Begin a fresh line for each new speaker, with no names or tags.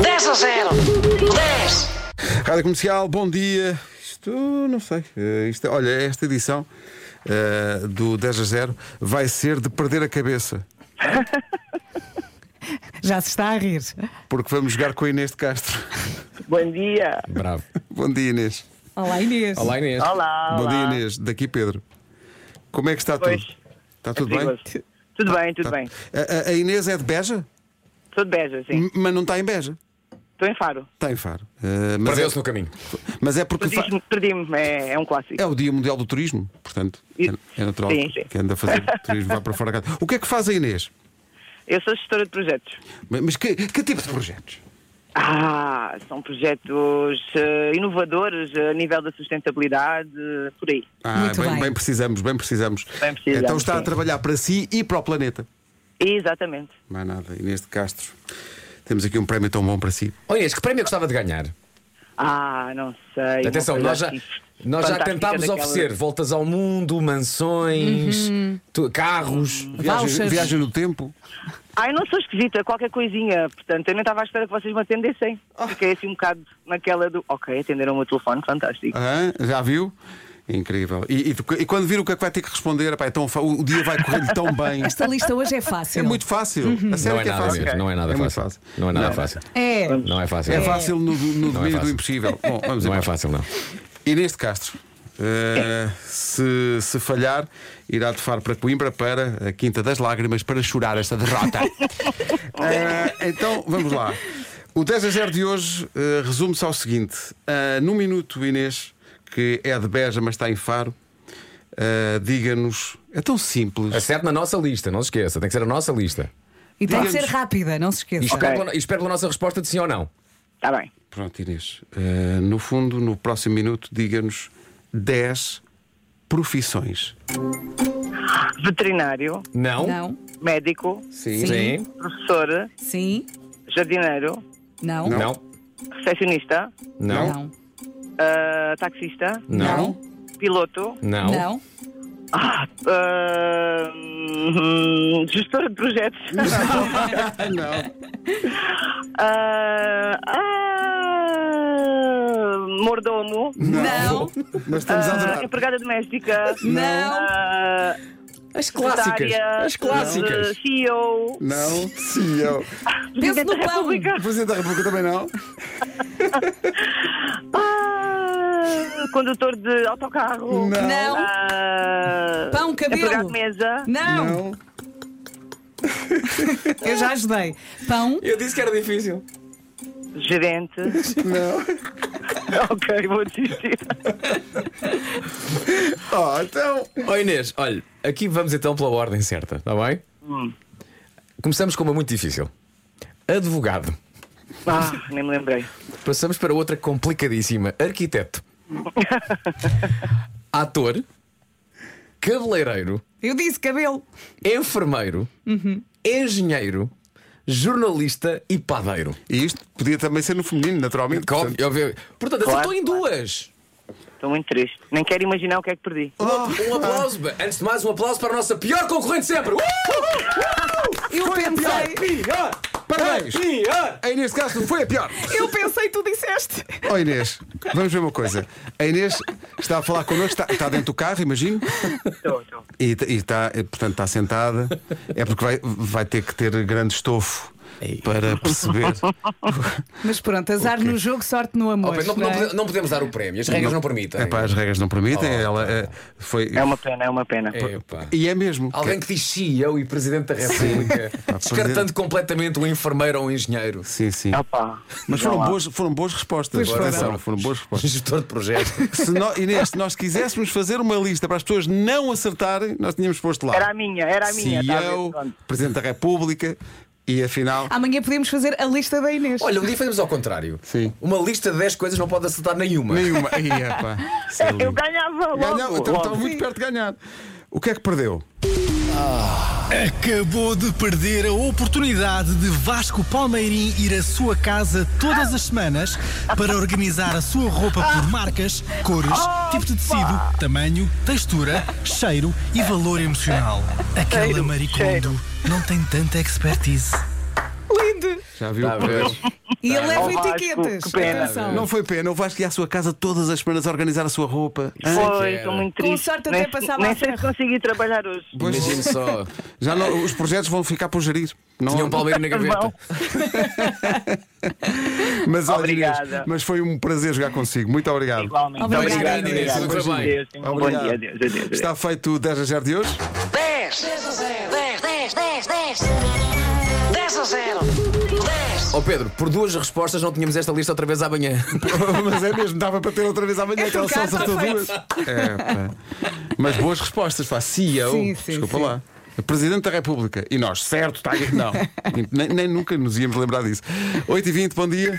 3 a 0. 10.
Rádio Comercial, bom dia. Isto, não sei. eh, isto, olha, esta edição eh, do 10 a 0 vai ser de perder a cabeça.
Já se está a rir.
Porque vamos jogar com a Inês de Castro.
Bom dia.
Bravo.
bom dia, Inês.
Olá, Inês.
Olá, Inês.
Olá.
Bom dia,
olá.
Inês. Daqui, Pedro. Como é que está
Pois.
tudo? Está
É
tudo bem?
perigoso. Tudo bem, tudo bem.
A, a- a Inês é de Beja,
Tudo beija, sim.
M- mas não está em Beja.
Estou em faro.
Está em Faro. Eh, mas, é,
Perdeu-se no caminho.
mas é porque. fa-
Perdi-me, perdi-me. É, é um clássico.
É o Dia Mundial do Turismo, portanto,
E-
é, é natural
sim, sim.
que anda a fazer turismo, vá para fora. da casa. O que é que faz a Inês?
Eu sou gestora de projetos.
Mas- Mas que, que tipo de projetos?
Ah, são projetos eh, inovadores eh, a nível da sustentabilidade, eh, por aí.
Ah,
Muito
bem,
bem.
bem precisamos, bem precisamos.
Bem precisamos,
então está a
sim.
trabalhar para si e para o planeta.
Exatamente.
Mais nada, Inês de Castro. Temos aqui um prémio tão bom para si.
Oh, Inês, que prémio gostava de ganhar?
Ah, não sei.
Atenção,
uma coisa
nós já,
assim
nós já
fantástica
tentámos
daquela-
oferecer voltas ao mundo, mansões,
Uhum.
tu- carros.
Viagem,
Vouchers.
viagem no tempo.
Ah, eu não sou esquisita, qualquer coisinha. Portanto, eu nem estava à espera que vocês me atendessem.
Ah.
Fiquei assim um bocado naquela do. Ok, atenderam o meu telefone, fantástico.
Hã? já viu? Incrível. E, e tu- e quando vir o que é que vai ter que responder? Epá, é tão fa- o dia vai correr-lhe tão bem.
Esta Uhum. lista hoje é fácil.
É muito fácil. A sério
Não é
que é
nada
fácil.
mesmo, não é nada
muito
fácil. Não é nada fácil.
É.
Não é fácil.
É fácil no, no
Não é
domínio do
fácil.
impossível. Bom, vamos
Não é
embora.
fácil, não.
Inês de Castro. eh, se, se falhar, irá de faro para Coimbra, para a Quinta das Lágrimas, para chorar esta derrota. Eh, então, vamos lá. O 10 a 0 de hoje eh, resume-se ao seguinte: Eh, num minuto, Inês, que é de Beja, mas está em faro, eh, diga-nos. É tão simples.
Acerte na nossa lista, não se esqueça, tem que ser a nossa lista.
E tem que
Digamos-
ser rápida, não se
E
esqueça.
espero, pela, e espero pela nossa resposta de sim ou não.
Está Tá bem.
Pronto, Inês. eh, no fundo, no próximo minuto, diga-nos 10 profissões.
Veterinário,
Não?
Não.
médico,
Sim. Sim.
professor,
Sim.
jardineiro,
Não.
Não.
recepcionista,
Não.
Não.
ah, taxista,
Não.
piloto,
Não.
Não.
ah, ah, hum, gestora de projetos.
Não.
Ah, ah, mordomo,
Não. é
Mas estamos a
ah,
adorar.
empregada doméstica,
Não.
ah,
As clássicas.
secretária,
As clássicas.
ah, CEO,
Não, sim, eu.
Pense no
Presidente da
pão.
República.
Presidente da República também não.
Ah, condutor de autocarro.
Não.
Não.
Ah,
Pão, cabelo.
empregado de mesa.
Não. Eu já ajudei. Pão.
Eu disse que era difícil.
Gerente.
Não.
ok, vou desistir.
Oh, então.
Ó Inês, olha, aqui vamos então pela ordem certa, está bem? Começamos com uma muito difícil. Advogado.
Ah, nem me lembrei.
Passamos para outra complicadíssima. Arquiteto. Ator. Cabeleireiro.
Eu disse cabelo.
Enfermeiro. Engenheiro. Jornalista e padeiro.
E isto podia também ser no feminino, naturalmente.
Com-
portanto.
eu vi- Portanto,
Claro,
acertou em duas.
Estou muito triste. Nem quero imaginar o que é que perdi.
Um aplauso. Antes de mais, um aplauso para a nossa pior concorrente sempre.
Eu pensei.
Pior!
Parabéns!
Pior!
A Inês de Castro foi a pior.
Eu pensei, tu disseste.
Oh Inês, vamos ver uma coisa. A Inês está a falar connosco, está, está dentro do carro, imagino.
Estou, estou.
E, e está, eh, portanto, está sentada. É porque vai, vai ter que ter grande estofo para perceber.
Mas pronto, azar no jogo, sorte no amor.
Oh, Pedro, não,
não
não
é?
pode- não podemos dar o prémio, as regras não, permitem.
É pá, as regras não permitem. Ela eh, foi.
É uma pena, é uma pena.
Epá.
E é mesmo.
Alguém que diz CEO e Presidente da República, descartando
Presidente.
completamente o enfermeiro ou o engenheiro,
Sim, sim.
Opa,
Mas
não
foram
há.
boas, foram boas respostas.
Pois foram.
Atenção, foram boas respostas.
gestor de projetos.
Se nó- Inês, se nós quiséssemos fazer uma lista para as pessoas não acertarem, nós tínhamos posto lá.
Era a minha, era a minha. tá a ver?
CEO,
Pronto.
Presidente da República e afinal.
Ah.
Amanhã podemos fazer a lista da Inês.
Olha, um dia fazemos ao contrário.
Sim.
Uma lista de 10 coisas não pode acertar nenhuma.
Nenhuma. Ih, epá, isso é lindo.
Eu ganhava logo.
Ganhou, então
logo.
estava muito perto de ganhar. O que é que perdeu?
Acabou de perder a oportunidade de Vasco Palmeirim ir à sua casa todas as semanas para organizar a sua roupa por marcas, cores, tipo de tecido, tamanho, textura, cheiro e valor emocional. Aquela
Cheiro,
maricondo não tem tanta expertise.
Lindo.
Já viu?
Está a ver.
E ele leva
Oh, Vasco,
etiquetas.
que pena.
Atenção.
Não foi pena, o Vasco ia à sua casa todas as semanas a organizar a sua roupa. Hã?
Foi, estou muito
Com
triste.
sorte até
nem,
passava a
Nem sei se
ferro.
consegui trabalhar hoje.
Pois,
Imagino só.
já não- os projetos vão ficar por gerir. Não,
Tinha um palmeiro na gaveta.
Irmão.
mas, olha,
Obrigada.
Inês, mas foi um prazer jogar consigo. Muito obrigado.
Igualmente.
Obrigada,
Obrigado,
Inês.
Inês. Tudo correu bem.
Deus, um bom dia,
Obrigado.
adeus, adeus, adeus.
Está feito o 10 a 0 de hoje.
10 10 10 10 10 10 a 0 10
Ó Pedro, por duas respostas não tínhamos esta lista outra vez amanhã.
mas é mesmo, dava para ter outra vez amanhã
É
aquela
trocar,
salsa
tá
toda.
feito.
É, pá. mas boas respostas, pá. CEO.
Sim, sim,
Desculpa
sim.
lá. Presidente da tá República. E nós, certo, está aí. Não, nem, nem nunca nos íamos lembrar disso. 8h20, bom dia.